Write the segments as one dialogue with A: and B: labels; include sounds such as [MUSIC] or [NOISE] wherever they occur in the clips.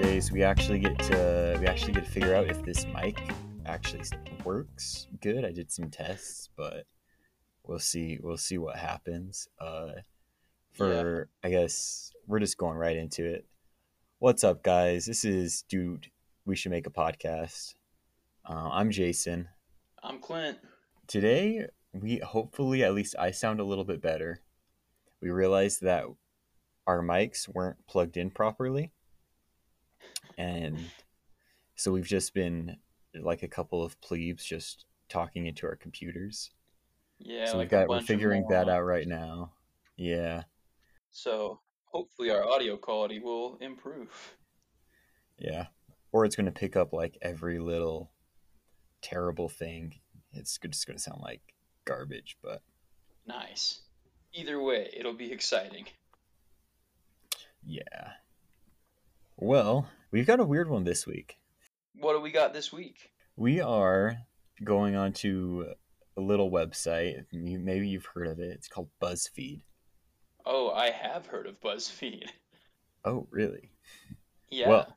A: is we actually get to we actually get to figure out if this mic actually works good. I did some tests, but we'll see we'll see what happens. Uh, for I guess we're just going right into it. What's up, guys? This is dude. We should make a podcast. Uh, I'm Jason.
B: I'm Clint.
A: Today we hopefully at least I sound a little bit better. We realized that our mics weren't plugged in properly, and so we've just been like a couple of plebes just talking into our computers.
B: Yeah,
A: so
B: like
A: we've
B: a
A: got we're
B: bunch of
A: figuring that
B: morons.
A: out right now. Yeah.
B: So hopefully our audio quality will improve.
A: Yeah. Or it's going to pick up like every little terrible thing. It's g- just going to sound like garbage, but
B: Nice. Either way, it'll be exciting.
A: yeah. Well, we've got a weird one this week.
B: What do we got this week?
A: We are going on to a little website. You- Maybe you've heard of it. It's called BuzzFeed.
B: Oh, I have heard of BuzzFeed. [LAUGHS]
A: Oh, really?
B: Yeah.
A: Well,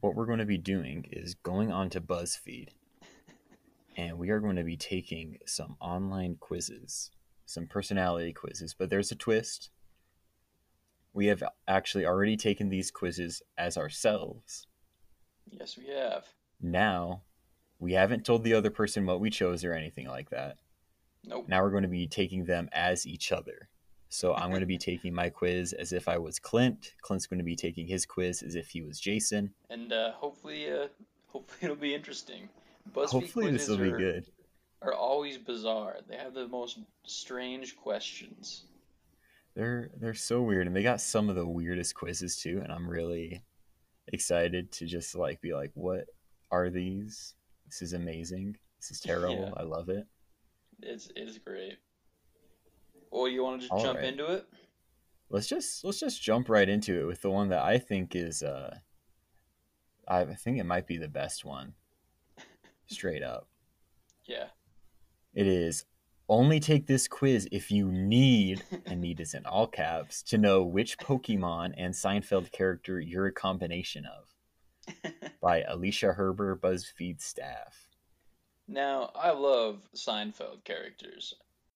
A: what we're going to be doing is going on to BuzzFeed and we are going to be taking some online quizzes, some personality quizzes, but there's a twist. We have actually already taken these quizzes as ourselves.
B: yes, we have.
A: Now, we haven't told the other person what we chose or anything like that.
B: Nope.
A: Now we're going to be taking them as each other. So I'm going to be taking my quiz as if I was Clint. Clint's going to be taking his quiz as if he was Jason.
B: And uh, hopefully, uh, hopefully [LAUGHS] it'll be interesting. BuzzFeed
A: Hopefully, this
B: quizzes
A: will be
B: are,
A: good.
B: are always bizarre. They have the most strange questions.
A: They're they're so weird, and they got some of the weirdest quizzes too. And I'm really excited to just like be like, what are these? This is amazing. This is terrible. I love it.
B: It's it is great. Well, you want to just
A: All
B: jump
A: right.
B: into it?
A: Let's just let's just jump right into it with the one that I think is uh, I I think it might be the best one. Straight up,
B: Yeah.
A: it is. Only take this quiz if you need, and need is in all caps, to know which Pokemon and Seinfeld character you're a combination of. by Alicia Herber, BuzzFeed staff.
B: Now, I love Seinfeld characters.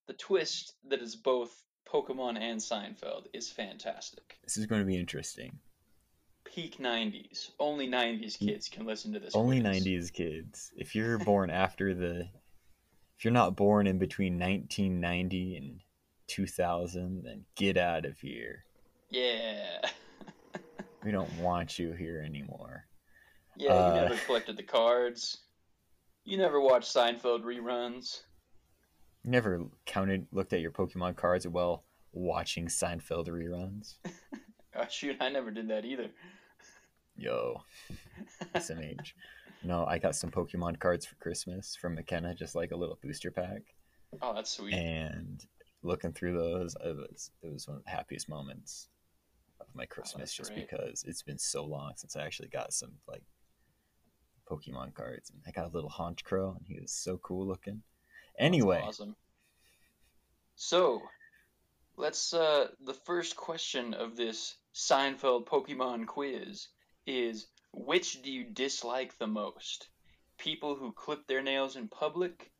B: The twist that is both Pokemon and Seinfeld is fantastic.
A: This is going to be interesting.
B: Peak 90s. Only 90s kids can listen to this.
A: Only
B: quiz.
A: 90s kids. If you're born after the. If you're not born in between 1990 and 2000, then get out of here.
B: Yeah. [LAUGHS]
A: We don't want you here anymore.
B: Yeah,
A: Uh,
B: you never collected the cards. You never watched Seinfeld reruns. [LAUGHS]
A: Never counted, looked at your Pokemon cards while watching Seinfeld reruns.
B: Oh, shoot, I never did that either.
A: Yo, some age. No, I got some Pokemon cards for Christmas from McKenna, just like a little booster pack.
B: Oh, that's sweet.
A: and looking through those it was it was one of the happiest moments of my christmas just
B: Oh, great.
A: because it's been so long since i actually got some like pokemon cards and i got a little honchkrow and he was so cool looking anyway
B: That's awesome. So, let's. Uh, the first question of this Seinfeld Pokemon quiz is which do you dislike the most? People who clip their nails in public,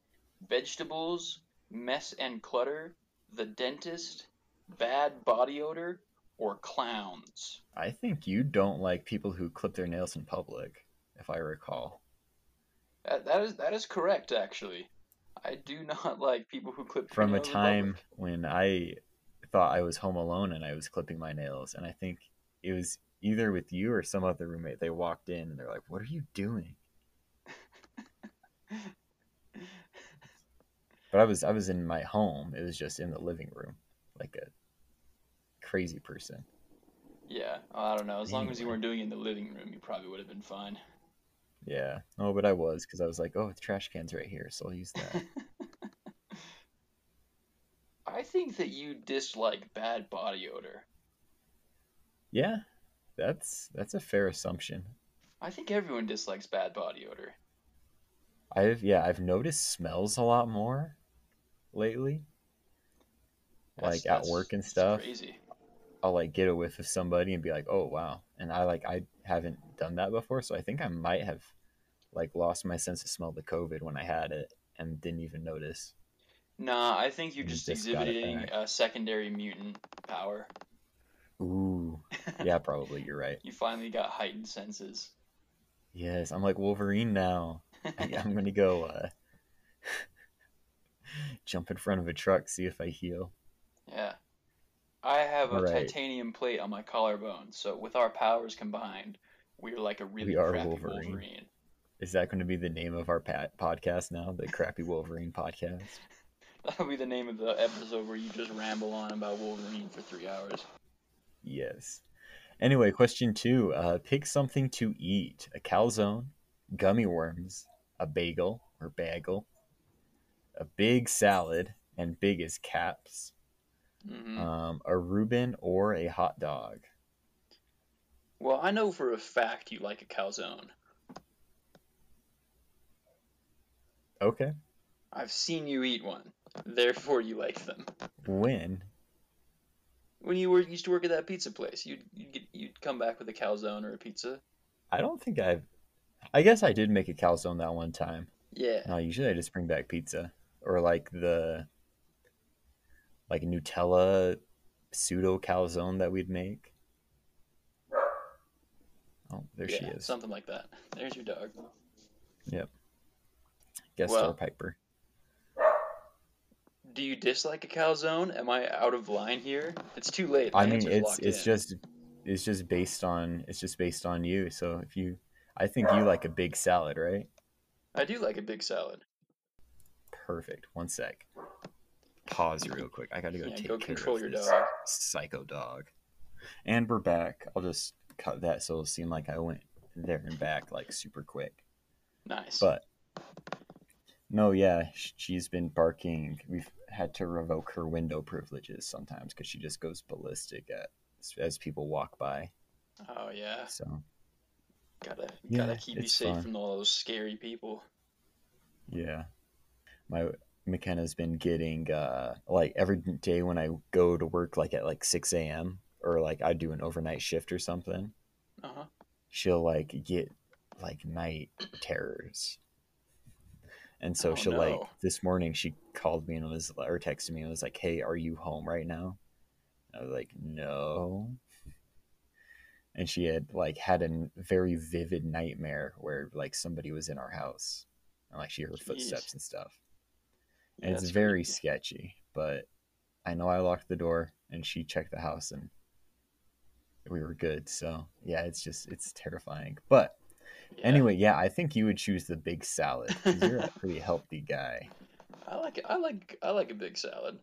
B: vegetables, mess and clutter, the dentist, bad body odor, or clowns?
A: i think you don't like people who clip their nails in public if i recall
B: That, that is that is correct actually. I do [LAUGHS] not like people who clip their
A: from a
B: nails in
A: time
B: public.
A: when i thought i was home alone and i was clipping my nails and i think it was either with you or some other roommate they walked in and they're like what are you doing But I was I was in my home. It was just in the living room, like a crazy person.
B: Yeah, I don't know. As long as you
A: Anyway.
B: weren't doing it in the living room, you probably would have been fine.
A: Yeah. Oh, but I was because I was like, oh, the trash can's right here, so I'll use that.
B: I think that you dislike bad body odor.
A: yeah, that's that's a fair assumption.
B: I think everyone dislikes bad body odor.
A: I've yeah I've noticed smells a lot more lately.
B: That's-
A: like at
B: that's-
A: work and
B: that's
A: stuff,
B: Crazy.
A: I'll like get a whiff of somebody and be like, oh wow, and I like I haven't done that before, so I think I might have like lost my sense of smell to COVID when I had it and didn't even notice.
B: Nah, I think you're
A: You
B: just,
A: just got it
B: exhibiting
A: back.
B: a secondary mutant power.
A: Ooh, yeah, probably you're right.
B: You finally got heightened senses.
A: Yes, I'm like Wolverine
B: [LAUGHS]
A: now. I, I'm gonna go uh, [LAUGHS] jump in front of a truck, see if I heal.
B: Yeah. I have a
A: Right.
B: titanium plate on my collarbone, so with our powers combined, we're like a really
A: are
B: crappy
A: Wolverine.
B: Wolverine. [LAUGHS]
A: Is that going to be the name of our pat- podcast now? The crappy Wolverine podcast.
B: That'll be the name of the episode where you just ramble on about Wolverine for three hours.
A: Yes. Anyway, question two: uh, Pick something to eat: a calzone, gummy worms, a bagel or bagel, a big salad, and big as caps,
B: hmm
A: um, a Reuben or a hot dog.
B: Well, I know for a fact you like a calzone.
A: Okay.
B: I've seen you eat one, therefore you like them.
A: When?
B: When you were used to work at that pizza place, you'd you'd, get, you'd come back with a calzone or a pizza.
A: I don't think I've. I guess I did make a calzone that one time.
B: Yeah,
A: No, Uh, usually I just bring back pizza or like the like Nutella pseudo calzone that we'd make. Oh, there she
B: yeah,
A: is.
B: something like that. There's your dog.
A: Guest star
B: well.
A: Piper.
B: Do you dislike a calzone? Am I out of line here? It's too late.
A: I
B: The
A: mean,
B: answer's
A: it's
B: locked
A: it's
B: in.
A: just it's just based on it's just based on you. So if you, I think you like a big salad, right?
B: I do like a big salad.
A: Perfect. One sec. Pause real quick. I gotta go
B: yeah,
A: take
B: go
A: care
B: control
A: of
B: your
A: this.
B: dog.
A: psycho dog. And we're back. I'll just cut that so it'll seem like I went there and back like super quick.
B: Nice.
A: But no, yeah, sh- she's been barking. We've had to revoke her window privileges sometimes because she just goes ballistic at as people walk by.
B: oh yeah,
A: So
B: gotta
A: Yeah,
B: gotta keep you
A: it's
B: safe
A: fun.
B: from all those scary people.
A: yeah, my McKenna's been getting uh like every day when I go to work like at like six a.m. or like I do an overnight shift or something.
B: Uh huh.
A: she'll like get like night terrors. And so
B: Oh,
A: she'll like
B: no.
A: this morning she called me and was or texted me and was like, "Hey, are you home right now?" I was like, "No." And she had like had a n- very vivid nightmare where like somebody was in our house and like she heard
B: Jeez.
A: footsteps and stuff.
B: Yeah,
A: And it's
B: that's
A: very
B: creepy.
A: sketchy, but I know I locked the door and she checked the house and we were good. So yeah, it's just it's terrifying. But
B: Yeah,
A: anyway, yeah, I think you would choose the big salad. 'cause You're
B: [LAUGHS]
A: a pretty healthy guy.
B: I like I like I like a big salad.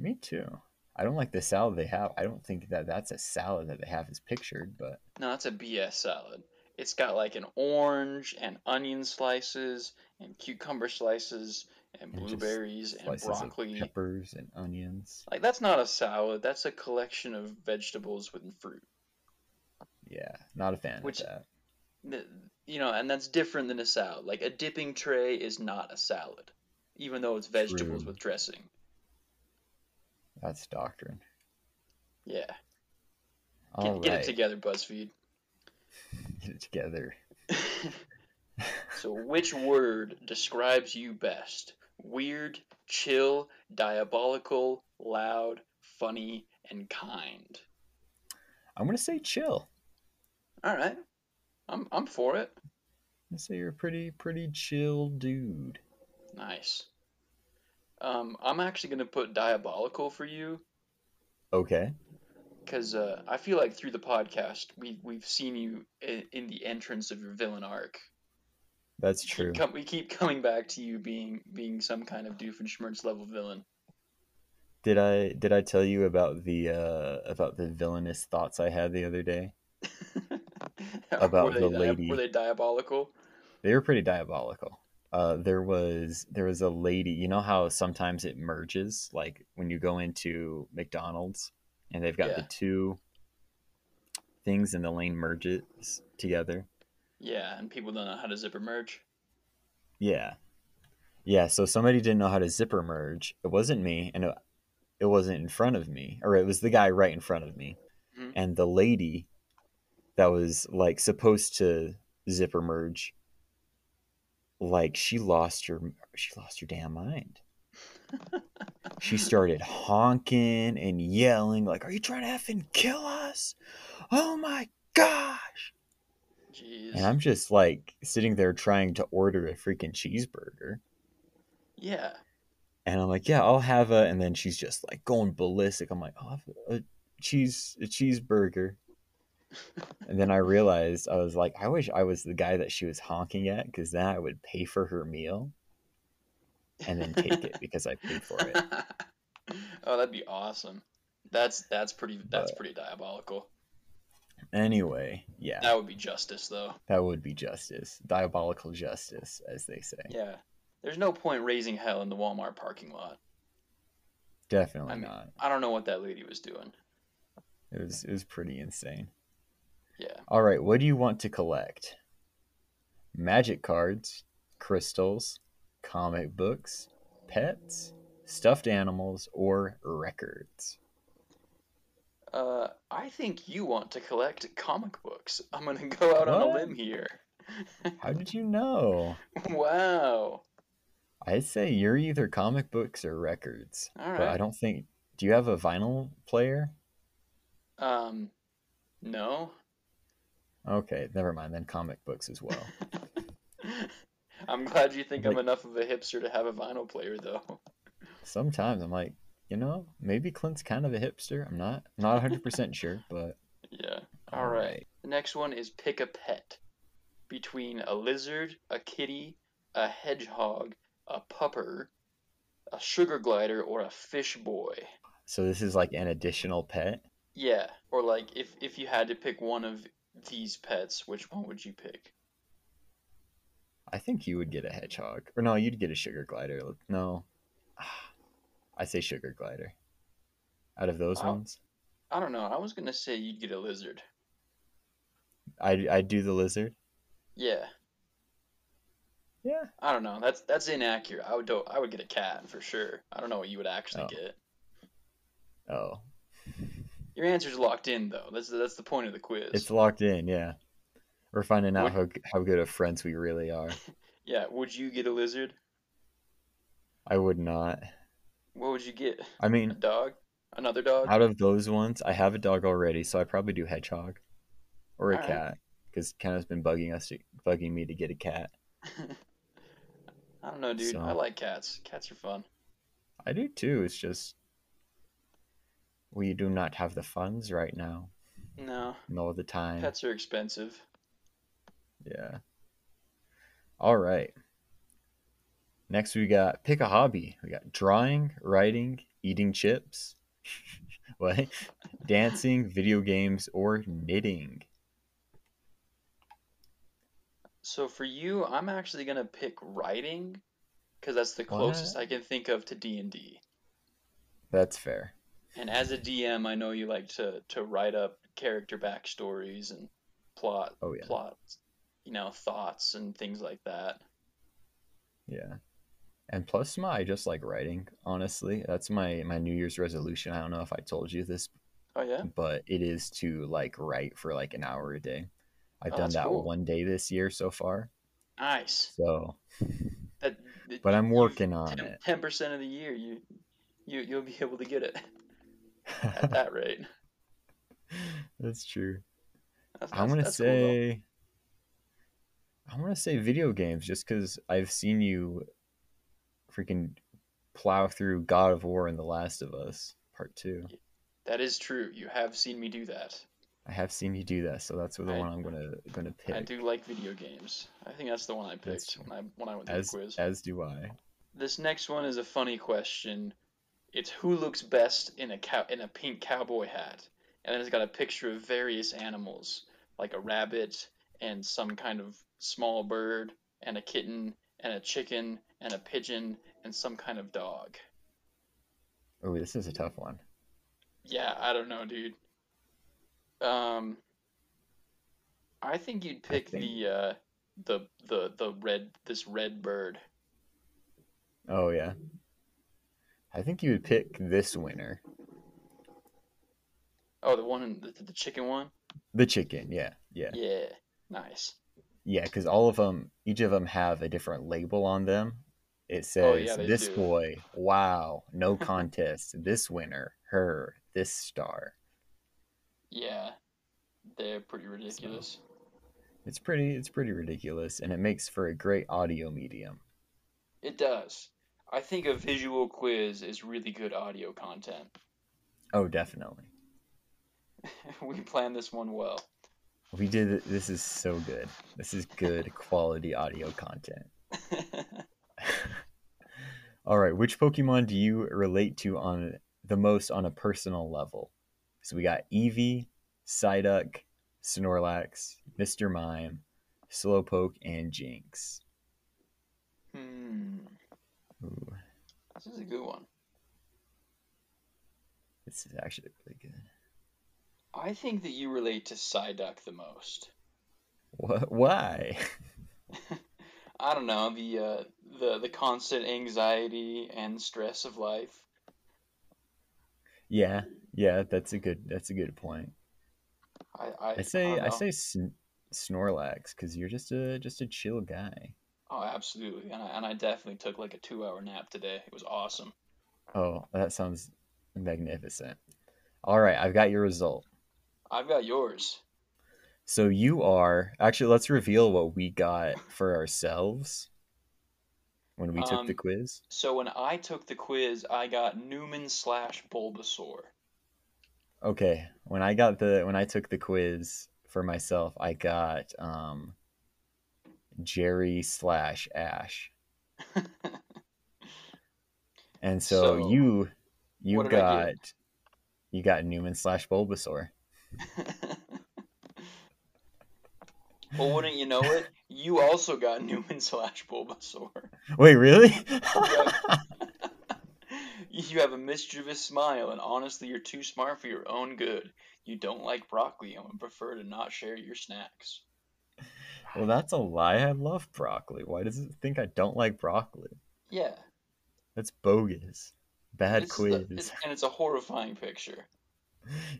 A: Me too. I don't like the salad they have. I don't think that that's a salad that they have is pictured, but
B: No, that's a BS salad. It's got like an orange and onion slices and cucumber slices
A: And
B: and
A: just
B: blueberries and
A: slices of
B: broccoli.
A: peppers and onions.
B: Like that's not a salad. That's a collection of vegetables with fruit.
A: Yeah, not a fan
B: Which-
A: of that.
B: Th- You know, and that's different than a salad. Like a dipping tray is not a salad, even though it's vegetables
A: True.
B: with dressing.
A: That's doctrine.
B: Yeah, get,
A: All right,
B: get it together, BuzzFeed.
A: get it together.
B: [LAUGHS] so, which word describes you best? Weird, chill, diabolical, loud, funny, and kind.
A: I'm gonna say chill.
B: All right, I'm I'm for it.
A: I'm gonna say you're a pretty pretty chill dude.
B: Nice. Um, I'm actually gonna put diabolical for you.
A: Okay.
B: because uh, I feel like through the podcast we we've seen you in, in the entrance of your villain arc.
A: That's
B: Keep
A: true.
B: com- we keep coming back to you being being some kind of Doofenshmirtz level villain.
A: Did I did I tell you about the uh about the villainous thoughts I had the other day? About
B: [LAUGHS] were they,
A: the
B: dia-
A: lady.
B: were they diabolical?
A: They were pretty diabolical. Uh, there was there was a lady. You know how sometimes it merges, like when you go into McDonald's and they've got the
B: Yeah.
A: two things in the lane merges together.
B: Yeah, and people don't know how to zipper merge.
A: Yeah, yeah. So somebody didn't know how to zipper merge. It wasn't me, and it, it wasn't in front of me, or it was the guy right in front of me,
B: Mhm.
A: and the lady that was like supposed to zipper merge. Like she lost her she lost her damn mind. she started honking and yelling like, "Are you trying to effing kill us? Oh my gosh!"
B: Jeez.
A: And I'm just like sitting there trying to order a freaking cheeseburger.
B: Yeah.
A: And I'm like, yeah, I'll have a. And then she's just like going ballistic. I'm like, I'll have a cheese, a cheeseburger. and then I realized I was like, I wish I was the guy that she was honking at because then I would pay for her meal and then take
B: [LAUGHS]
A: it because I paid for it.
B: oh, that'd be awesome. That's that's pretty that's pretty diabolical.
A: Anyway, yeah,
B: That would be justice though.
A: that would be justice, diabolical justice, as they say.
B: Yeah. There's no point raising hell in the Walmart parking lot.
A: Definitely
B: I mean-
A: not.
B: I don't know what that lady was doing.
A: It was it was pretty insane.
B: Yeah.
A: All right, what do you want to collect? Magic cards, crystals, comic books, pets, stuffed animals, or records.
B: Uh, I think you want to collect comic books. I'm gonna go out on a
A: What?
B: limb here. [LAUGHS]
A: How did you know?
B: wow.
A: I'd say you're either comic books or records.
B: All
A: But I
B: right.
A: don't think. Do you have a vinyl player?
B: Um, no.
A: Okay, never mind. Then comic books as
B: [LAUGHS]
A: well.
B: I'm glad you think I'm
A: Like-
B: enough of a hipster to have a vinyl player, though. [LAUGHS]
A: Sometimes I'm like, you know, maybe Clint's kind of a hipster. I'm not not 100% sure, but um,
B: Yeah. All right. The next one is pick a pet between a lizard, a kitty, a hedgehog, a pupper, a sugar glider, or a fish boy.
A: So this is like an additional pet.
B: Yeah. Or like if if you had to pick one of these pets, which one would you pick?
A: I think you would get a hedgehog. Or no, you'd get a sugar glider. No. [SIGHS] Ah, I say sugar glider. Out of those
B: Wow.
A: ones,
B: I don't know. I was gonna say you'd get a lizard.
A: I'd, I'd do the lizard.
B: Yeah.
A: Yeah.
B: I don't know. That's that's inaccurate. I would do, I would get a cat for sure. I don't know what you would actually
A: Oh.
B: get.
A: Oh,
B: Your answer's locked in though. That's that's the point of the quiz.
A: it's locked in. Yeah. We're finding out
B: Would-
A: how, how good of friends we really are.
B: Yeah. Would you get a lizard?
A: I would not.
B: What would you get?
A: I
B: A
A: mean,
B: dog? Another dog?
A: out of those ones, I have a dog already, so I probably do hedgehog or a
B: Alright.
A: cat because Kenna's been bugging us, to, bugging me to get a cat.
B: I don't know, dude.
A: So-
B: I like cats. Cats are fun.
A: I do too. It's just we do not have the funds right now,
B: No,
A: nor the time.
B: pets are expensive.
A: Yeah. All right. Next, we got pick a hobby. We got drawing, writing, eating chips, [LAUGHS] what? Dancing, video games, or knitting.
B: So for you, I'm actually gonna pick writing, because that's the closest I can think of to D and D.
A: That's fair.
B: And as a DM, I know you like to to write up character backstories and plot
A: Oh yeah,
B: plots, you know, thoughts and things like that.
A: yeah. And plus, my I just like writing. Honestly, that's my my New Year's resolution. I don't know if I told you this,
B: Oh yeah.
A: but it is to like write for like an hour a day. I've
B: Oh,
A: done
B: that's
A: that
B: cool.
A: one day this year so far.
B: Nice.
A: So,
B: That,
A: but I'm working on it.
B: Ten percent of the year, you you you'll be able to get it [LAUGHS] at that rate.
A: [LAUGHS] That's true.
B: That's,
A: I'm
B: that's-
A: gonna
B: that's cool, though.
A: say. I'm gonna say video games just because I've seen you freaking plow through God of War and The Last of Us Part Two.
B: That is true. You have seen me do that.
A: I have seen you do that, so that's the
B: I-
A: one I'm gonna gonna pick.
B: I do like video games. I think that's the one I
A: That's
B: picked when I when I went through
A: as
B: the quiz.
A: as do I.
B: This next one is a funny question. It's who looks best in a cow in a pink cowboy hat, and then it's got a picture of various animals like a rabbit and some kind of small bird and a kitten and a chicken and a pigeon and some kind of dog.
A: Oh, this is a tough one.
B: Yeah, I don't know, dude. Um, I think you'd pick
A: think-
B: the uh the the the red this red bird.
A: Oh yeah. I think you would pick this winner,
B: Oh, the one in the, the chicken one.
A: the chicken. Yeah, Yeah.
B: Yeah. Nice.
A: Yeah, because all of them, each of them have a different label on them. It
B: Oh,
A: says
B: yeah, they
A: this
B: do.
A: boy, wow,
B: [LAUGHS]
A: no contest, this winner, her, this star.
B: Yeah. They're pretty ridiculous.
A: It's pretty, it's pretty ridiculous, and it makes for a great audio medium.
B: It does. I think a visual quiz is really good audio content. [LAUGHS]
A: Oh, definitely.
B: we planned this one well. [LAUGHS]
A: We did it- this is so good. This is good quality audio content. All right, which Pokemon do you relate to on the most on a personal level? So we got Eevee, Psyduck, Snorlax, Mr. Mime, Slowpoke, and Jinx.
B: hmm.
A: Ooh,
B: This is a good one.
A: this is actually really good.
B: I think that you relate to Psyduck the most.
A: What? Why? [LAUGHS]
B: I don't know the uh, the the constant anxiety and stress of life.
A: Yeah, yeah, that's a good. That's a good point.
B: I I,
A: I say,
B: don't
A: I
B: know.
A: say Sn- Snorlax because you're just a just a chill guy.
B: oh absolutely, and I, and I definitely took like a two hour nap today. It was awesome.
A: Oh, that sounds magnificent. All right, I've got your result.
B: I've got yours.
A: So you are actually. Let's reveal what we got for ourselves when we took the
B: Um,
A: quiz.
B: So when I took the quiz, I got Newman slash Bulbasaur. [LAUGHS]
A: Okay, when I got the when I took the quiz for myself, I got um, Jerry slash Ash,
B: [LAUGHS]
A: and so,
B: So,
A: you you
B: what did I
A: got you got Newman slash Bulbasaur.
B: well, wouldn't you know it? You also got Newman slash Bulbasaur.
A: Wait, really?
B: [LAUGHS] You have a mischievous smile, and honestly, you're too smart for your own good. You don't like broccoli and would prefer to not share your snacks.
A: [LAUGHS] well, that's a lie. I love broccoli. Why does it think I don't like broccoli?
B: Yeah,
A: That's bogus. Bad
B: it's
A: quiz.
B: the- it's- and it's a horrifying picture.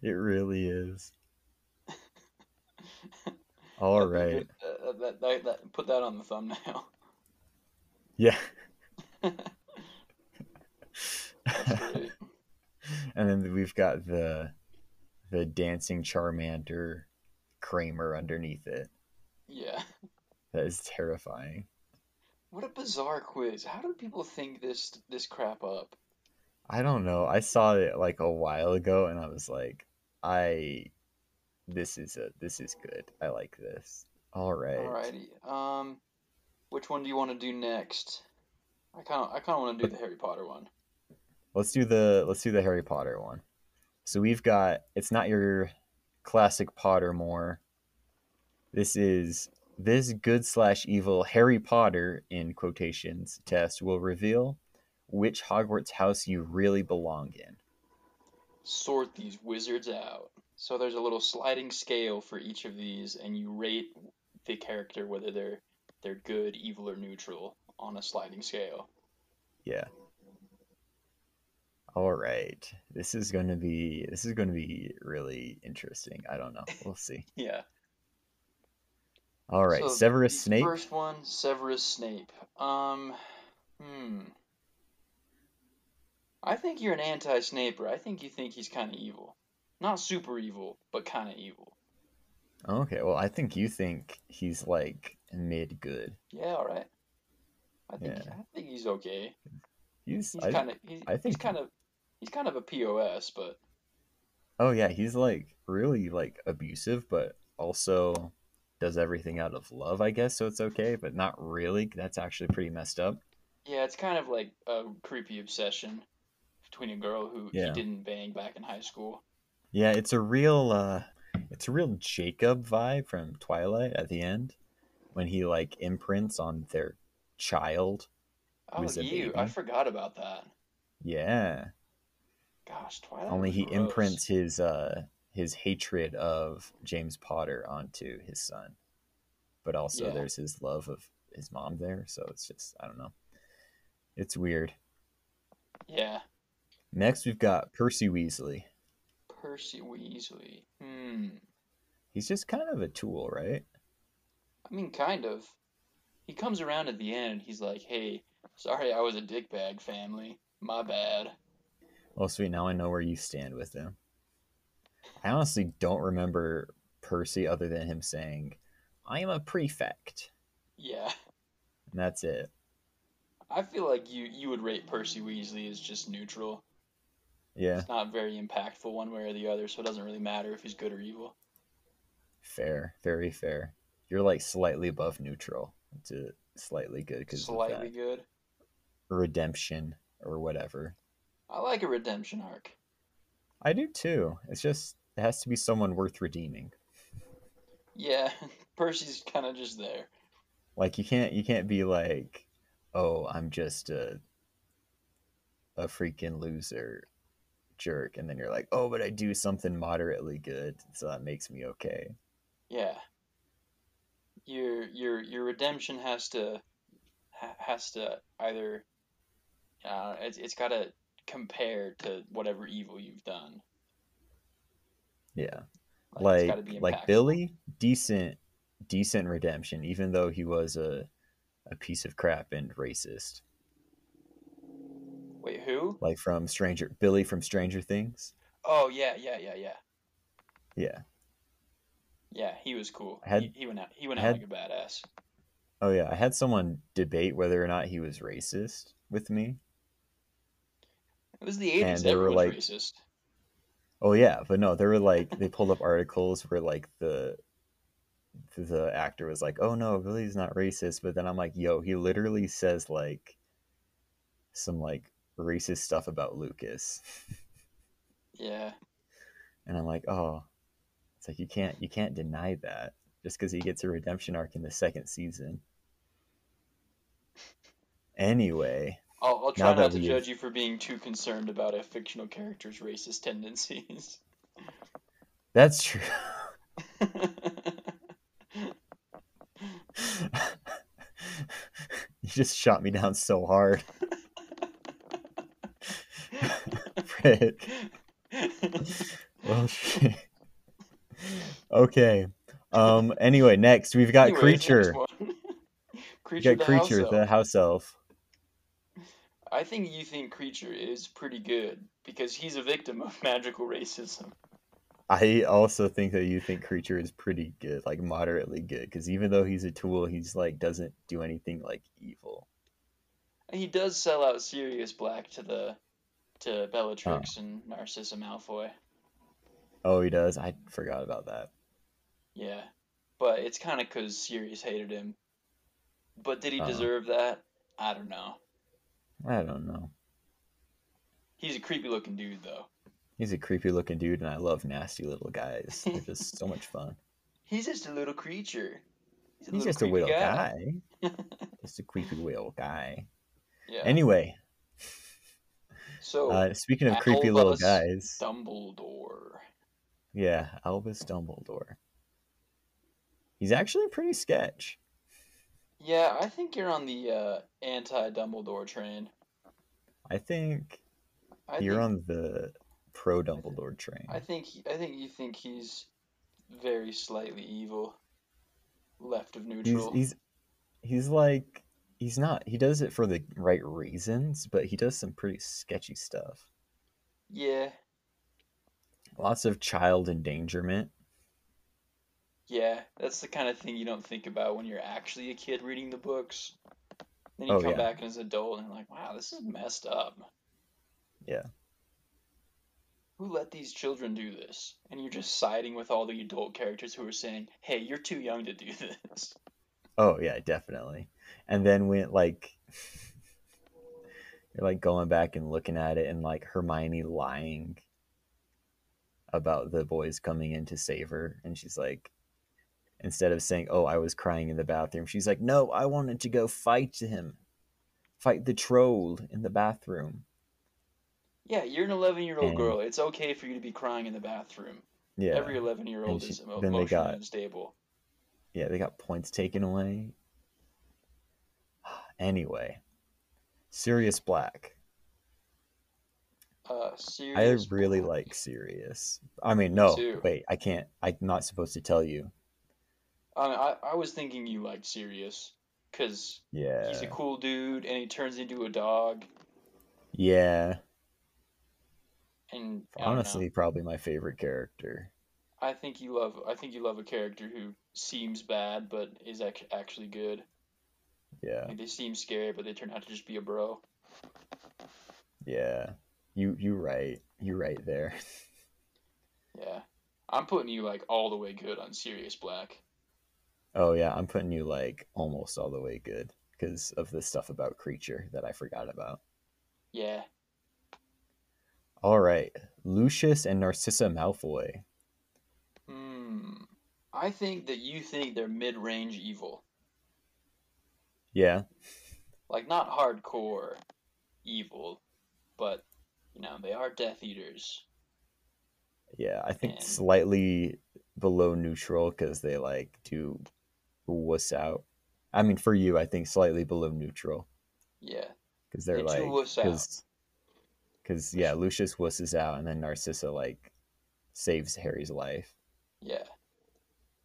A: It really is.
B: [LAUGHS]
A: All right.
B: Uh, that, that, that, put that on the thumbnail. [LAUGHS]
A: Yeah. [LAUGHS] [LAUGHS]
B: That's great.
A: and then we've got the the dancing Charmander Kramer underneath it.
B: yeah.
A: That is terrifying.
B: What a bizarre quiz. How do people think this this crap up?
A: I don't know. I saw it like a while ago and I was like, I this is a this is good. I like this. All right.
B: Alrighty. Um, which one do you want to do next? I kind of I kind of want to do the Harry Potter one.
A: Let's do the let's do the Harry Potter one. So we've got it's not your classic Pottermore. This is this good slash evil Harry Potter in quotations test will reveal which Hogwarts house you really belong in.
B: sort these wizards out. So there's a little sliding scale for each of these, and you rate the character whether they're they're good, evil, or neutral on a sliding scale.
A: Yeah. All right. This is going to be this is going to be really interesting. I don't know. We'll see.
B: Yeah.
A: All right.
B: So
A: Severus
B: the
A: Snape.
B: First one, Severus Snape. Um, hmm. I think you're an anti-Snaper. I think you think he's kind of evil, not super evil, but kind of evil.
A: Okay. Well, I think you think he's like mid good.
B: Yeah. All right. I think
A: Yeah.
B: I think he's okay.
A: He's,
B: He's
A: I-
B: kind of he's,
A: I
B: he's
A: think-
B: kind of he's kind of a pos, but
A: Oh yeah, he's like really like abusive, but also does everything out of love, I guess, so it's okay, but not really. That's actually pretty messed up.
B: Yeah, it's kind of like a creepy obsession between a girl who he
A: Yeah.
B: didn't bang back in high school.
A: Yeah, it's a real uh it's a real Jacob vibe from Twilight at the end when he like imprints on their child.
B: Oh,
A: was a
B: you! I
A: baby.
B: forgot about that.
A: Yeah.
B: Gosh, Twilight.
A: Only
B: was
A: he
B: Oh, gross.
A: imprints his uh his hatred of James Potter onto his son. But also
B: Yeah.
A: there's his love of his mom there, so it's just I don't know. It's weird.
B: Yeah,
A: Next, we've got Percy Weasley.
B: Percy Weasley. Hmm.
A: He's just kind of a tool, right?
B: I mean, kind of. He comes around at the end. He's like, "Hey, sorry, I was a dickbag, family. My bad."
A: Well, Oh, sweet. Now I know where you stand with him. I honestly don't remember Percy other than him saying, "I am a prefect,"
B: Yeah,
A: and that's it.
B: I feel like you you would rate Percy Weasley as just neutral.
A: Yeah,
B: It's not very impactful one way or the other, so it doesn't really matter if he's good or evil.
A: fair, very fair. You're like slightly above neutral to slightly good because
B: Slightly good.
A: redemption or whatever.
B: I like a redemption arc.
A: I do too. It's just it has to be someone worth redeeming.
B: Yeah, [LAUGHS] Percy's kind of just there.
A: Like you can't you can't be like, oh, I'm just a a freaking loser jerk and then you're like, oh, but I do something moderately good, so that makes me okay.
B: Yeah. Your your your redemption has to ha- has to either uh, it's it's got to compare to whatever evil you've done.
A: Yeah.
B: it's
A: like
B: gotta be
A: like
B: impactful.
A: Billy, decent decent redemption, even though he was a a piece of crap and racist.
B: Wait, who?
A: Like from Stranger Billy from Stranger Things.
B: Oh yeah, yeah, yeah, yeah,
A: Yeah.
B: yeah. He was cool.
A: I had-
B: he, he went out. He went
A: I
B: out
A: had-
B: like a badass.
A: Oh yeah, I had someone debate whether or not he was racist with me.
B: It was the eighties.
A: And they were
B: Everyone
A: like-
B: was racist.
A: Oh yeah, but no, there were like they pulled up articles where like the the actor was like, "Oh no, Billy's not racist," but then I'm like, "Yo, he literally says like some like racist stuff about Lucas," [LAUGHS]
B: Yeah,
A: and I'm like, "Oh, it's like you can't you can't deny that just because he gets a redemption arc in the second season." Anyway,
B: I'll, I'll
A: Now
B: try
A: that
B: not to
A: we-
B: judge you for being too concerned about a fictional character's racist [LAUGHS] tendencies.
A: that's true. [LAUGHS]
B: [LAUGHS]
A: you just shot me down so hard, [LAUGHS] Frick. Well, shit. okay. Um. Anyway, next we've got
B: Anyways,
A: creature.
B: next one. [LAUGHS]
A: We
B: creature,
A: got
B: the
A: creature,
B: house
A: the
B: elf.
A: house elf.
B: I think you think creature is pretty good because he's a victim of [LAUGHS] magical racism.
A: I also think that you think creature is pretty good, like moderately good, because even though he's a tool, he's like doesn't do anything like evil.
B: He does sell out Sirius Black to the to Bellatrix and Narcissa Malfoy.
A: Oh, he does. I forgot about that.
B: Yeah, but it's kind of because Sirius hated him. But did he
A: Uh-huh.
B: deserve that? I don't know.
A: I don't know.
B: He's a creepy looking dude though.
A: He's a creepy looking dude, and I love nasty little guys. They're just so much
B: [LAUGHS]
A: fun.
B: He's just a little creature.
A: He's
B: little
A: just a
B: creepy
A: little guy.
B: [LAUGHS]
A: just a creepy little guy.
B: Yeah. Oh,
A: Anyway,
B: so
A: uh, speaking of creepy little
B: Albus
A: guys,
B: Dumbledore.
A: yeah, Albus Dumbledore. He's actually pretty sketch.
B: Yeah, I think you're on the uh, anti Dumbledore train.
A: I think
B: I
A: you're
B: think,
A: on the pro Dumbledore train.
B: I think he- I think you think he's very slightly evil, left of
A: he's,
B: neutral.
A: he's he's like he's not he does it for the right reasons, but he does some pretty sketchy stuff.
B: Yeah,
A: Lots of child endangerment.
B: yeah, that's the kind of thing you don't think about when you're actually a kid reading the books. Then you
A: Oh,
B: come
A: yeah.
B: back as an adult and you're like, wow, this is messed up.
A: Yeah.
B: Who let these children do this? And you're just siding with all the adult characters who are saying, hey, you're too young to do [LAUGHS] this.
A: Oh yeah, definitely. And then when like [LAUGHS] you're like going back and looking at it and like Hermione lying about the boys coming in to save her and she's like instead of saying, "Oh, I was crying in the bathroom." She's like, "No, I wanted to go fight him. Fight the troll in the bathroom."
B: Yeah, you're an 11 year old
A: And-
B: girl. It's okay for you to be crying in the bathroom.
A: Yeah.
B: Every 11 year old
A: And
B: is
A: she-
B: emo-
A: then they
B: emotionally
A: got-
B: unstable.
A: yeah, they got points taken away. [SIGHS] Anyway, Sirius Black.
B: Uh,
A: I
B: serious
A: really
B: Black.
A: like Sirius. I mean, no,
B: too.
A: wait, I can't. I'm not supposed to tell you.
B: I, I I was thinking you liked Sirius because
A: Yeah,
B: he's a cool dude and he turns into a dog
A: yeah.
B: and I don't know.
A: Honestly, probably my favorite character.
B: I think you love I think you love a character who seems bad but is ac- actually good.
A: Yeah,
B: Like, they seem scary but they turn out to just be a bro.
A: yeah. You you right. You right there. [LAUGHS]
B: Yeah. I'm putting you like all the way good on Sirius Black.
A: Oh yeah, I'm putting you like almost all the way good because of the stuff about creature that I forgot about.
B: Yeah.
A: All right, Lucius and Narcissa Malfoy.
B: Hmm. I think that you think they're mid-range evil.
A: Yeah,
B: Like not hardcore evil, but you know, they are Death Eaters.
A: yeah. I think
B: And-
A: slightly below neutral because they like to wuss out. I mean, for you, I think slightly below neutral
B: Yeah.
A: because they're
B: They do
A: like
B: wuss out.
A: because because yeah, Lucius wusses out and then Narcissa like saves Harry's life.
B: Yeah.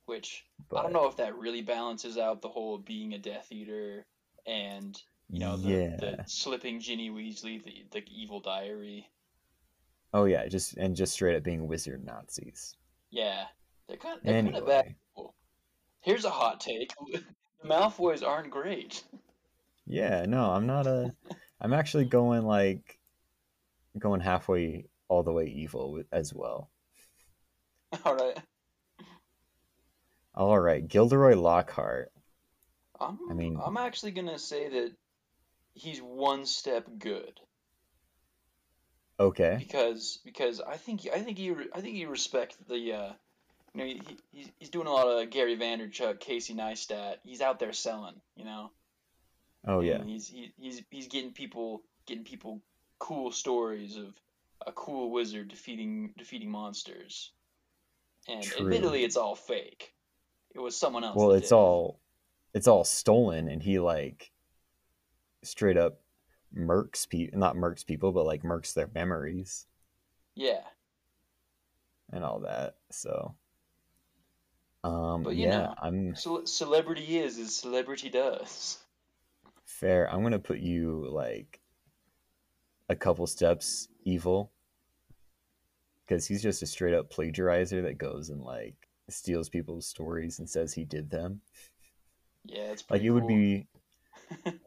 B: Which
A: But
B: I don't know if that really balances out the whole being a Death Eater and you know the,
A: yeah.
B: the slipping Ginny Weasley the the evil diary.
A: Oh yeah, just and just straight up being wizard Nazis.
B: Yeah, they're kind of, they're kind of bad.
A: Anyway,
B: people. Here's a hot take: [LAUGHS] the Malfoys aren't great. [LAUGHS]
A: yeah, no, I'm not a. I'm actually going like, going halfway all the way evil wi- as well.
B: All right,
A: All right, Gilderoy Lockhart.
B: I'm
A: I mean-
B: I'm actually gonna say that he's one step good
A: Okay,
B: because because I think I think you I think you respect the. Uh, you know, he, he- he's, he's doing a lot of Gary Vanderchuck, Casey Neistat. He's out there selling, you know.
A: oh yeah,
B: And he's he, he's he's getting people getting people cool stories of a cool wizard defeating defeating monsters. And
A: True.
B: admittedly, it's all fake. It was someone else.
A: well
B: that
A: it's
B: did it.
A: all, it's all stolen, and he like, straight up, murks people, not murks people, but like murks their memories
B: Yeah,
A: and all that. So, um,
B: But, you
A: yeah,
B: know.
A: I'm
B: so celebrity is as celebrity does.
A: Fair. I'm gonna put you like a couple steps evil because he's just a straight up plagiarizer that goes and like steals people's stories and says he did them.
B: Yeah, it's
A: Like
B: pretty
A: it would
B: cool. [LAUGHS]
A: be,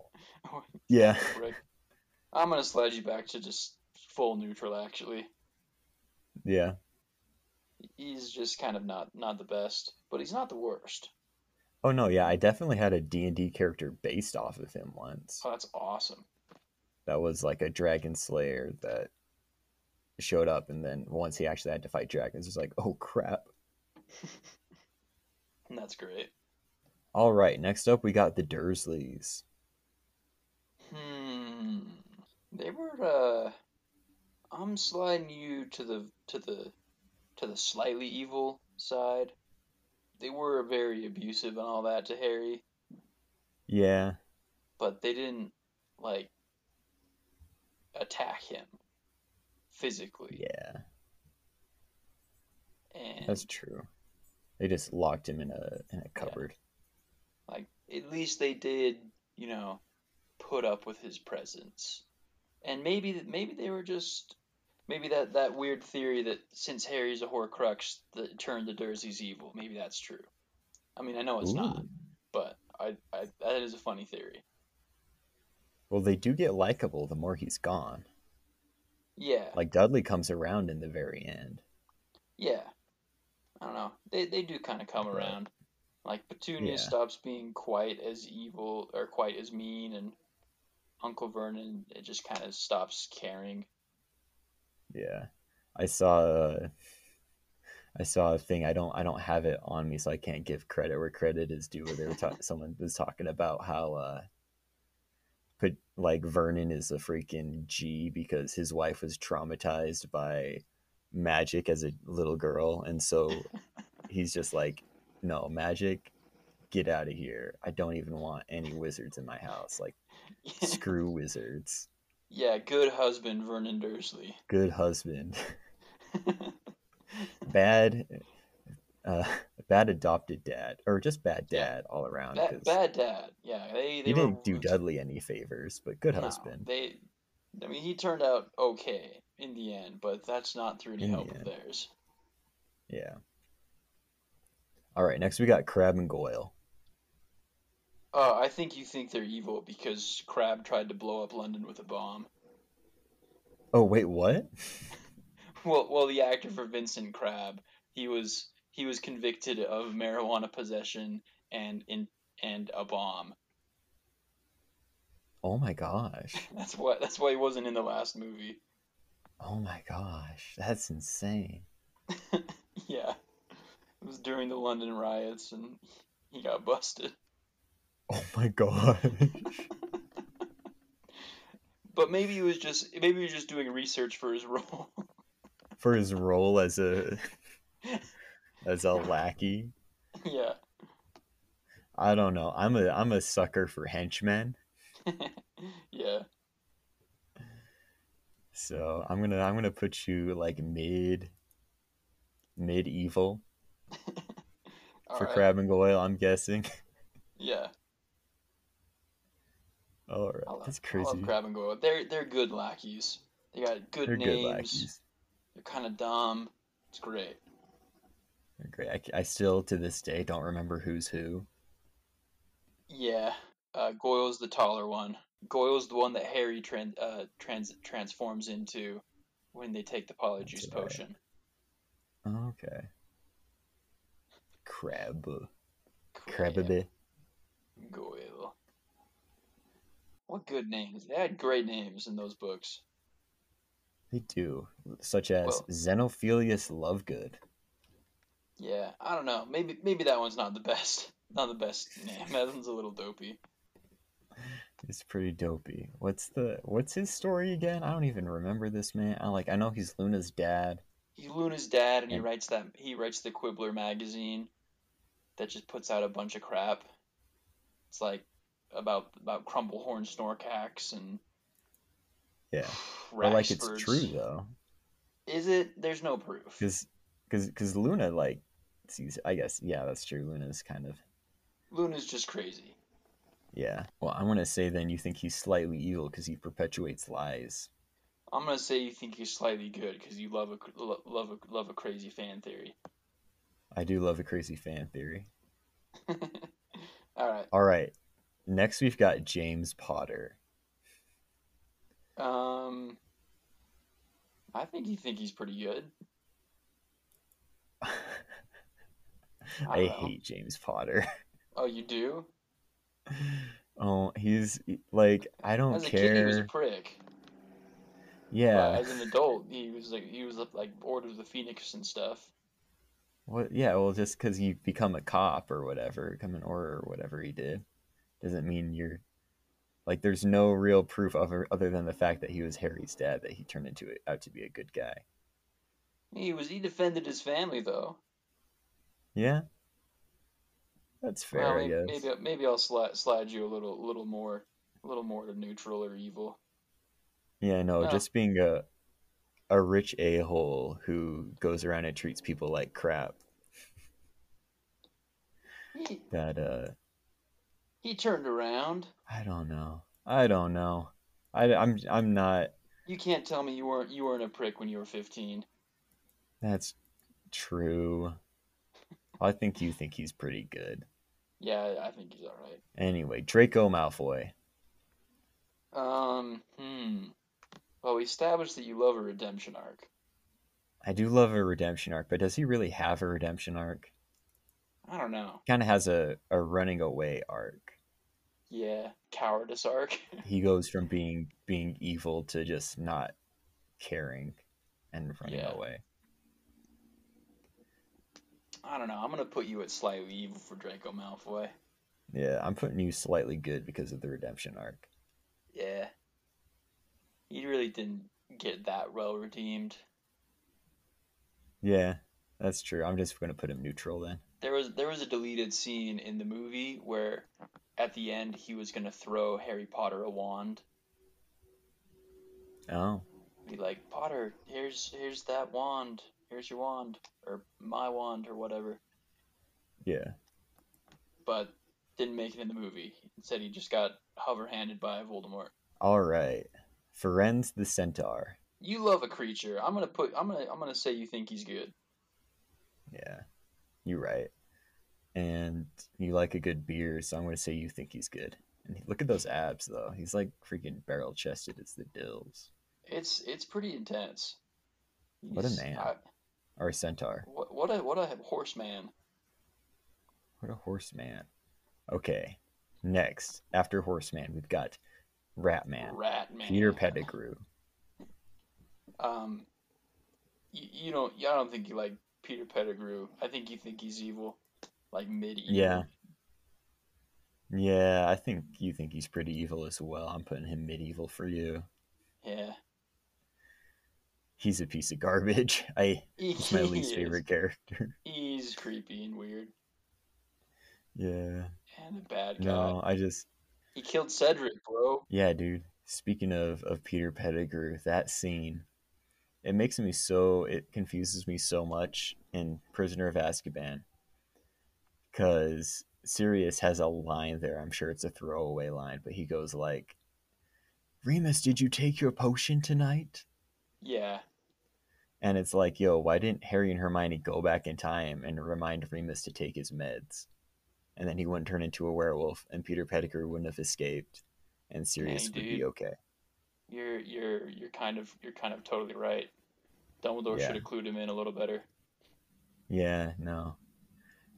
A: yeah,
B: Rick, I'm gonna slide you back to just full neutral. Actually,
A: yeah.
B: he's just kind of not not the best, but he's not the worst.
A: Oh no, yeah. I definitely had a D and D character based off of him once.
B: Oh, that's awesome.
A: That was like a dragon slayer that showed up, and then once he actually had to fight dragons, it was like, oh crap.
B: And that's great.
A: All right, next up we got the Dursleys.
B: Hmm. They were uh I'm sliding you to the to the to the slightly evil side. They were very abusive and all that to Harry,
A: Yeah,
B: but they didn't like attack him physically.
A: yeah.
B: And
A: That's true. They just locked him in a in a cupboard.
B: like at least they did, you know, put up with his presence. And maybe maybe they were just maybe that that weird theory that since Harry's a Horcrux that turned the Dursleys evil. Maybe that's true. I mean, I know it's not,
A: Ooh.
B: but I, I that is a funny theory.
A: Well, they do get likable the more he's gone.
B: Yeah,
A: Like Dudley comes around in the very end.
B: yeah. I don't know. They they do kind of come
A: Right.
B: around. Like Petunia
A: Yeah.
B: stops being quite as evil or quite as mean, and Uncle Vernon it just kind of stops caring. [LAUGHS]
A: Yeah, I saw uh, I saw a thing. I don't I don't have it on me, so I can't give credit where credit is due. Where they were ta- someone was talking about how uh, put like Vernon is a freaking G because his wife was traumatized by magic as a little girl, and so he's just like, no magic. Get out of here. I don't even want any wizards in my house. Like, screw wizards.
B: Yeah, good husband, Vernon Dursley. [LAUGHS]
A: Good husband. bad, uh, [LAUGHS] bad adopted dad, or just bad
B: Yeah.
A: dad all around.
B: bad,
A: 'cause
B: bad dad. Yeah, they they
A: he
B: were,
A: didn't do Dudley any favors, but good
B: no,
A: husband.
B: They, I mean, he turned out okay in the end, but that's not through any
A: In the
B: help of
A: end.
B: theirs.
A: Yeah. All right, next we got Crab and Goyle.
B: Uh, I think you think they're evil because Crab tried to blow up London with a bomb. [LAUGHS]
A: Oh wait, what? [LAUGHS]
B: Well, well, the actor for Vincent Crab, he was he was convicted of marijuana possession and in and a bomb.
A: Oh my gosh.
B: That's why that's why he wasn't in the last movie.
A: Oh my gosh. That's insane. [LAUGHS]
B: [LAUGHS] Yeah, it was during the London riots and he got busted.
A: Oh my gosh. [LAUGHS]
B: But maybe he was just maybe he was just doing research for his [LAUGHS] role.
A: For his role as a [LAUGHS] as a lackey.
B: yeah,
A: I don't know. I'm a I'm a sucker for henchmen.
B: yeah,
A: So I'm gonna I'm gonna put you like mid mid evil
B: All
A: for
B: right.
A: Crab and Goyle, I'm guessing. [LAUGHS]
B: Yeah,
A: Alright.
B: I love,
A: That's
B: I love
A: crazy.
B: Crab and Goyle. They're they're good lackeys. They got good
A: They're
B: names.
A: good lackeys.
B: They're kind of dumb. It's great.
A: They're Great. I, c- I still to this day don't remember who's who.
B: Yeah, uh, Goyle's the taller one. Goyle's the one that Harry tran uh, trans- transforms into when they take the
A: That's
B: polyjuice
A: about it.
B: potion.
A: Okay. Crab.
B: Crab
A: Crabby.
B: Goyle. What good names? They had great names in those books.
A: They do, such as
B: Well-
A: Xenophilius Lovegood.
B: Yeah, I don't know. Maybe maybe that one's not the best. [LAUGHS] Not the best name. That one's a little dopey.
A: It's pretty dopey. What's the what's his story again? I don't even remember this man. I like I know he's Luna's dad.
B: He's Luna's dad, and he
A: And-
B: writes that he writes the Quibbler magazine, that just puts out a bunch of crap. It's like about about Crumblehorn Snorkax and
A: Yeah,
B: [SIGHS]
A: but
B: Raspers.
A: like it's true though,
B: Is it? There's no proof.
A: because because Luna like sees. I guess yeah, that's true. Luna's kind of
B: Luna's just crazy.
A: yeah. Well, I want to say then you think he's slightly evil because he perpetuates lies.
B: I'm gonna say you think he's slightly good because you love a cr- lo- love a love a crazy fan theory.
A: I do love a crazy fan theory.
B: All right.
A: All right, next we've got James Potter. [LAUGHS]
B: Um, I think you think he's pretty good. I,
A: I
B: don't know.
A: hate James Potter. [LAUGHS]
B: Oh, you do?
A: Oh, he's like I don't
B: As a
A: care.
B: kid, he was a prick.
A: yeah.
B: But as an adult, he was like he was like Order of the Phoenix and stuff.
A: What? Yeah. Well, just because you become a cop or whatever, become an order or whatever he did, doesn't mean you're like. There's no real proof other other than the fact that he was Harry's dad that he turned into it out to be a good guy.
B: He was he defended his family though.
A: Yeah. That's fair.
B: well,
A: I
B: maybe,
A: guess.
B: maybe maybe I'll slide slide you a little little more a little more to neutral or evil.
A: Yeah. No.
B: No.
A: Just being a a rich a hole who goes around and treats people like crap.
B: He
A: That uh.
B: he turned around.
A: I don't know. I don't know. I, I'm I'm not.
B: You can't tell me you weren't you weren't a prick when you were 15.
A: That's true. I think you think he's pretty good.
B: Yeah, I- I think he's all right.
A: Anyway, Draco Malfoy.
B: Um, hmm. Well, we established that you love a redemption arc.
A: I do love a redemption arc, but does he really have a redemption arc?
B: I don't know.
A: Kind of has a, a running away arc.
B: Yeah, cowardice arc. [LAUGHS]
A: He goes from being being evil to just not caring and running
B: Yeah.
A: away.
B: I don't know. I'm gonna put you at slightly evil for Draco Malfoy.
A: Yeah, I'm putting you slightly good because of the redemption arc.
B: Yeah. He really didn't get that well redeemed.
A: Yeah, that's true. I'm just gonna put him neutral then.
B: There was there was a deleted scene in the movie where at the end he was gonna throw Harry Potter a wand.
A: Oh,
B: Be like, Potter, here's here's that wand. Here's your wand. Or my wand or whatever.
A: yeah.
B: But didn't make it in the movie. Instead he just got hover handed by Voldemort.
A: All right. Ferenz the Centaur.
B: You love a creature. I'm gonna put I'm gonna I'm gonna say you think he's good.
A: Yeah, you're right. And you like a good beer, so I'm going to say you think he's good. And he- look at those abs, though. He's like freaking barrel chested. It's the dills.
B: It's it's pretty intense.
A: What a
B: He's-
A: man.
B: I-
A: Or a centaur.
B: what, what a what a horseman.
A: What a horseman. Okay. Next, after horseman, we've got Ratman.
B: Rat man.
A: Peter Pettigrew.
B: Um, you, you don't. I don't think you like Peter Pettigrew. I think you think he's evil, like mid evil.
A: Yeah. Yeah, I think you think he's pretty evil as well. I'm putting him medieval for you.
B: Yeah. [LAUGHS]
A: He's a piece of garbage. [LAUGHS] I he's my least
B: He
A: favorite character. [LAUGHS]
B: is- He's creepy and weird
A: Yeah.
B: and a bad guy.
A: No, I just
B: He killed Cedric, bro.
A: Yeah, dude. Speaking of of Peter Pettigrew, that scene, it makes me so it confuses me so much in Prisoner of Azkaban. Cause Sirius has a line there. I'm sure it's a throwaway line, but he goes like, "Remus, did you take your potion tonight?"
B: Yeah.
A: And it's like, yo, why didn't Harry and Hermione go back in time and remind Remus to take his meds? And then he wouldn't turn into a werewolf, and Peter Pettigrew wouldn't have escaped, and Sirius would be
B: dude.
A: okay.
B: You're you're you're kind of you're kind of totally right. Dumbledore
A: Yeah.
B: should have clued him in a little better.
A: Yeah, no.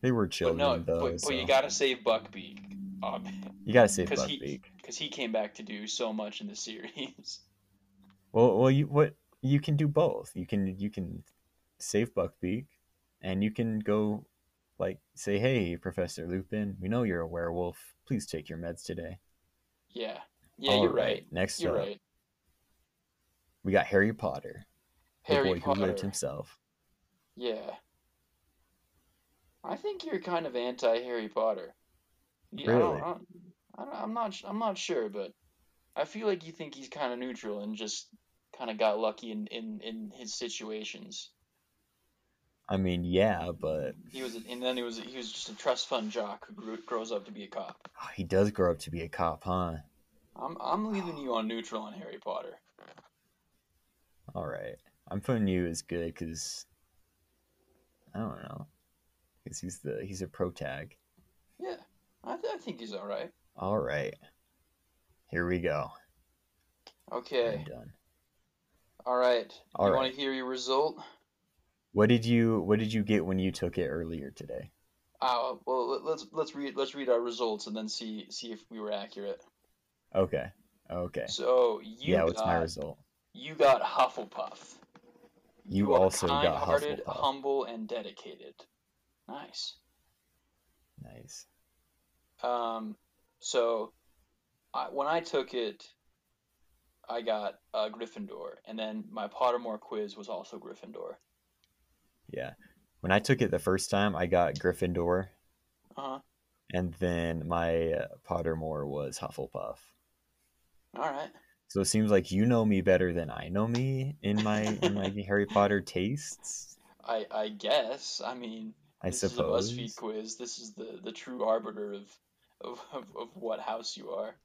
A: They were
B: But
A: children,
B: no,
A: though.
B: but,
A: so
B: but you gotta save Buckbeak, because
A: you gotta [LAUGHS] save
B: 'cause he-
A: Buckbeak.
B: he came back to do so much in the [LAUGHS] series.
A: Well, well, you what you can do both. You can you can save Buckbeak, and you can go like say, "Hey, Professor Lupin, we know you're a werewolf. Please take your meds today."
B: Yeah, yeah,
A: All
B: you're right.
A: Next
B: You're
A: up,
B: right.
A: we got Harry Potter,
B: Harry
A: the boy who
B: Potter.
A: lived himself.
B: Yeah. I think you're kind of anti Harry Potter. Yeah, I
A: Really?
B: don't, I don't, I don't, I'm not. I'm not sure, but I feel like you think he's kind of neutral and just kind of got lucky in, in, in his situations.
A: I mean, yeah, but
B: He was, and then he was he was just a trust fund jock who grew, grows up to be a cop.
A: oh, he does grow up to be a cop, huh?
B: I'm I'm leaving you on neutral on Harry Potter.
A: All right, I'm putting you as good because I don't know, because he's the he's a pro tag.
B: Yeah, I, th- I think he's all right.
A: All right, here we go. I'm
B: Okay,
A: done.
B: all right.
A: All
B: you
A: right.
B: want to hear your result?
A: What did you What did you get when you took it earlier today?
B: Uh, well, let- let's let's read let's read our results and then see see if we were accurate.
A: Okay, okay.
B: So you
A: yeah,
B: got
A: what's my result?
B: you got Hufflepuff.
A: You,
B: are
A: also got
B: kind-hearted,
A: Hufflepuff.
B: humble, and dedicated. Nice.
A: nice.
B: Um, so I, when I took it, I got uh, Gryffindor, and then my Pottermore quiz was also Gryffindor.
A: Yeah. When I took it the first time, I got Gryffindor,
B: Uh huh.
A: and then my uh, Pottermore was Hufflepuff.
B: All right.
A: So it seems like you know me better than I know me in my in
B: [LAUGHS]
A: my Harry Potter tastes.
B: I I guess. I mean,
A: I
B: this
A: suppose.
B: is a BuzzFeed quiz. This is the the true arbiter of of of, of what house you are.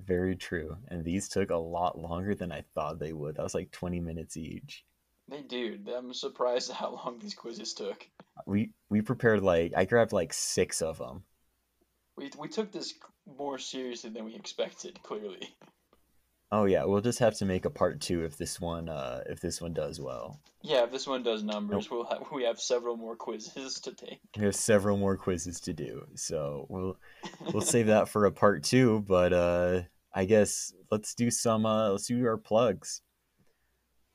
A: Very true. And these took a lot longer than I thought they would. That was like 20 minutes each.
B: They do. I'm surprised at how long these quizzes took.
A: We we prepared like I grabbed like six of them.
B: We we took this more seriously than we expected. Clearly, [LAUGHS]
A: Oh yeah, we'll just have to make a part two if this one uh if this one does well.
B: yeah. If this one does numbers, we'll have, we have several more quizzes [LAUGHS] to take.
A: We have several more quizzes to do, so we'll we'll save that for a part two. But uh I guess let's do some uh let's do our plugs.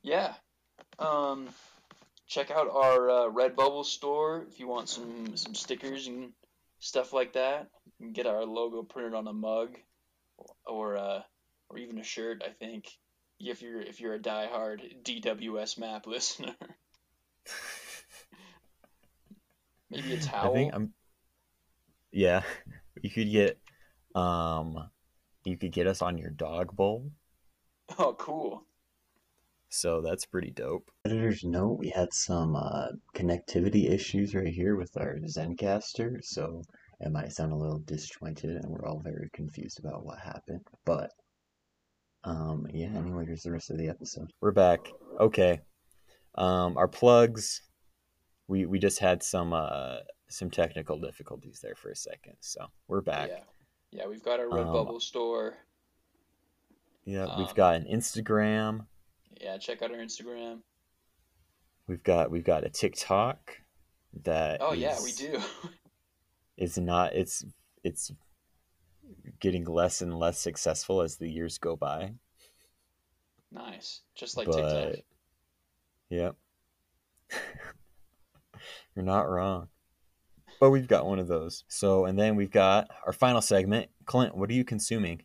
B: Yeah. Um, check out our uh, Redbubble store if you want some some stickers and stuff like that. You can get our logo printed on a mug, or uh, or even a shirt. I think if you're if you're a diehard DWS map [LAUGHS] listener, maybe a towel.
A: I think I'm. Yeah, [LAUGHS] you could get, um, you could get us on your dog bowl.
B: Oh, cool.
A: So that's pretty dope.
C: Editor's note, we had some uh, connectivity issues right here with our Zencaster, so it might sound a little disjointed and we're all very confused about what happened. But um, yeah, anyway, here's the rest of the episode.
A: We're back. Okay. Um, our plugs. We we just had some uh some technical difficulties there for a second, so we're back. Um,
B: Yeah. Yeah, we've got our Redbubble store.
A: Yeah,
B: Um,
A: we've got an Instagram.
B: Yeah, check out our Instagram.
A: We've got we've got a TikTok. That
B: Oh yeah, we
A: is-
B: do. [LAUGHS]
A: It's not. It's it's getting less and less successful as the years go by.
B: nice. Just like
A: But-
B: TikTok.
A: Yep. [LAUGHS] You're not wrong. But we've got one of those. So, and then we've got our final segment. Clint, what are you consuming?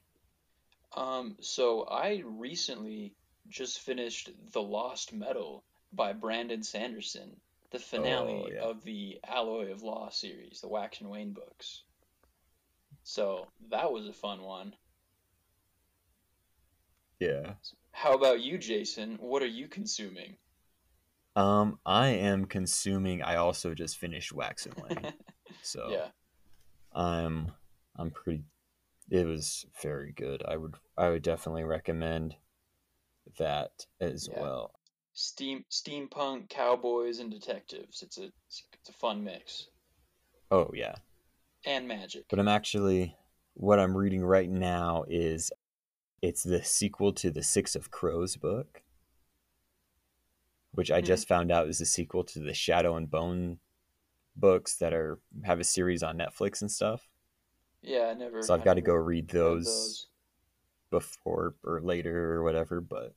B: Um, so I recently just finished The Lost Metal by Brandon Sanderson, the finale
A: Oh, yeah.
B: of the Alloy of Law series, the Wax and Wayne books. So that was a fun one.
A: Yeah.
B: How about you, Jason? What are you consuming?
A: Um, I am consuming. I also just finished Wax and
B: [LAUGHS]
A: Lane, so
B: Yeah.
A: I'm I'm pretty. It was very good. I would I would definitely recommend that as
B: Yeah.
A: well.
B: Steam steampunk, cowboys, and detectives. It's a it's a fun mix.
A: Oh yeah.
B: And magic.
A: but I'm actually what I'm reading right now is it's the sequel to the Six of Crows book, which I
B: Hmm.
A: just found out is the sequel to the Shadow and Bone books that are have a series on Netflix and stuff.
B: Yeah, I never
A: So
B: Hmm, I
A: I've got to go
B: never
A: read
B: read
A: those, before or later or whatever. But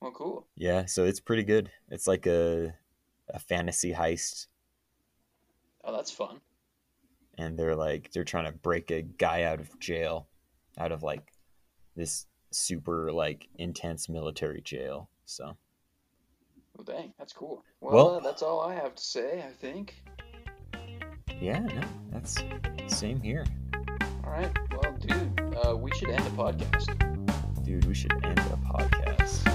B: Well, cool.
A: yeah, so it's pretty good. It's like a a fantasy heist,
B: Oh, that's fun.
A: and they're like they're trying to break a guy out of jail, out of like this super like intense military jail. So
B: Well, dang, that's cool. Well,
A: Well-
B: uh, that's all I have to say, I think.
A: yeah, no, that's same here,
B: All right. Well, dude, uh, we should end the podcast.
A: dude. We should end the podcast.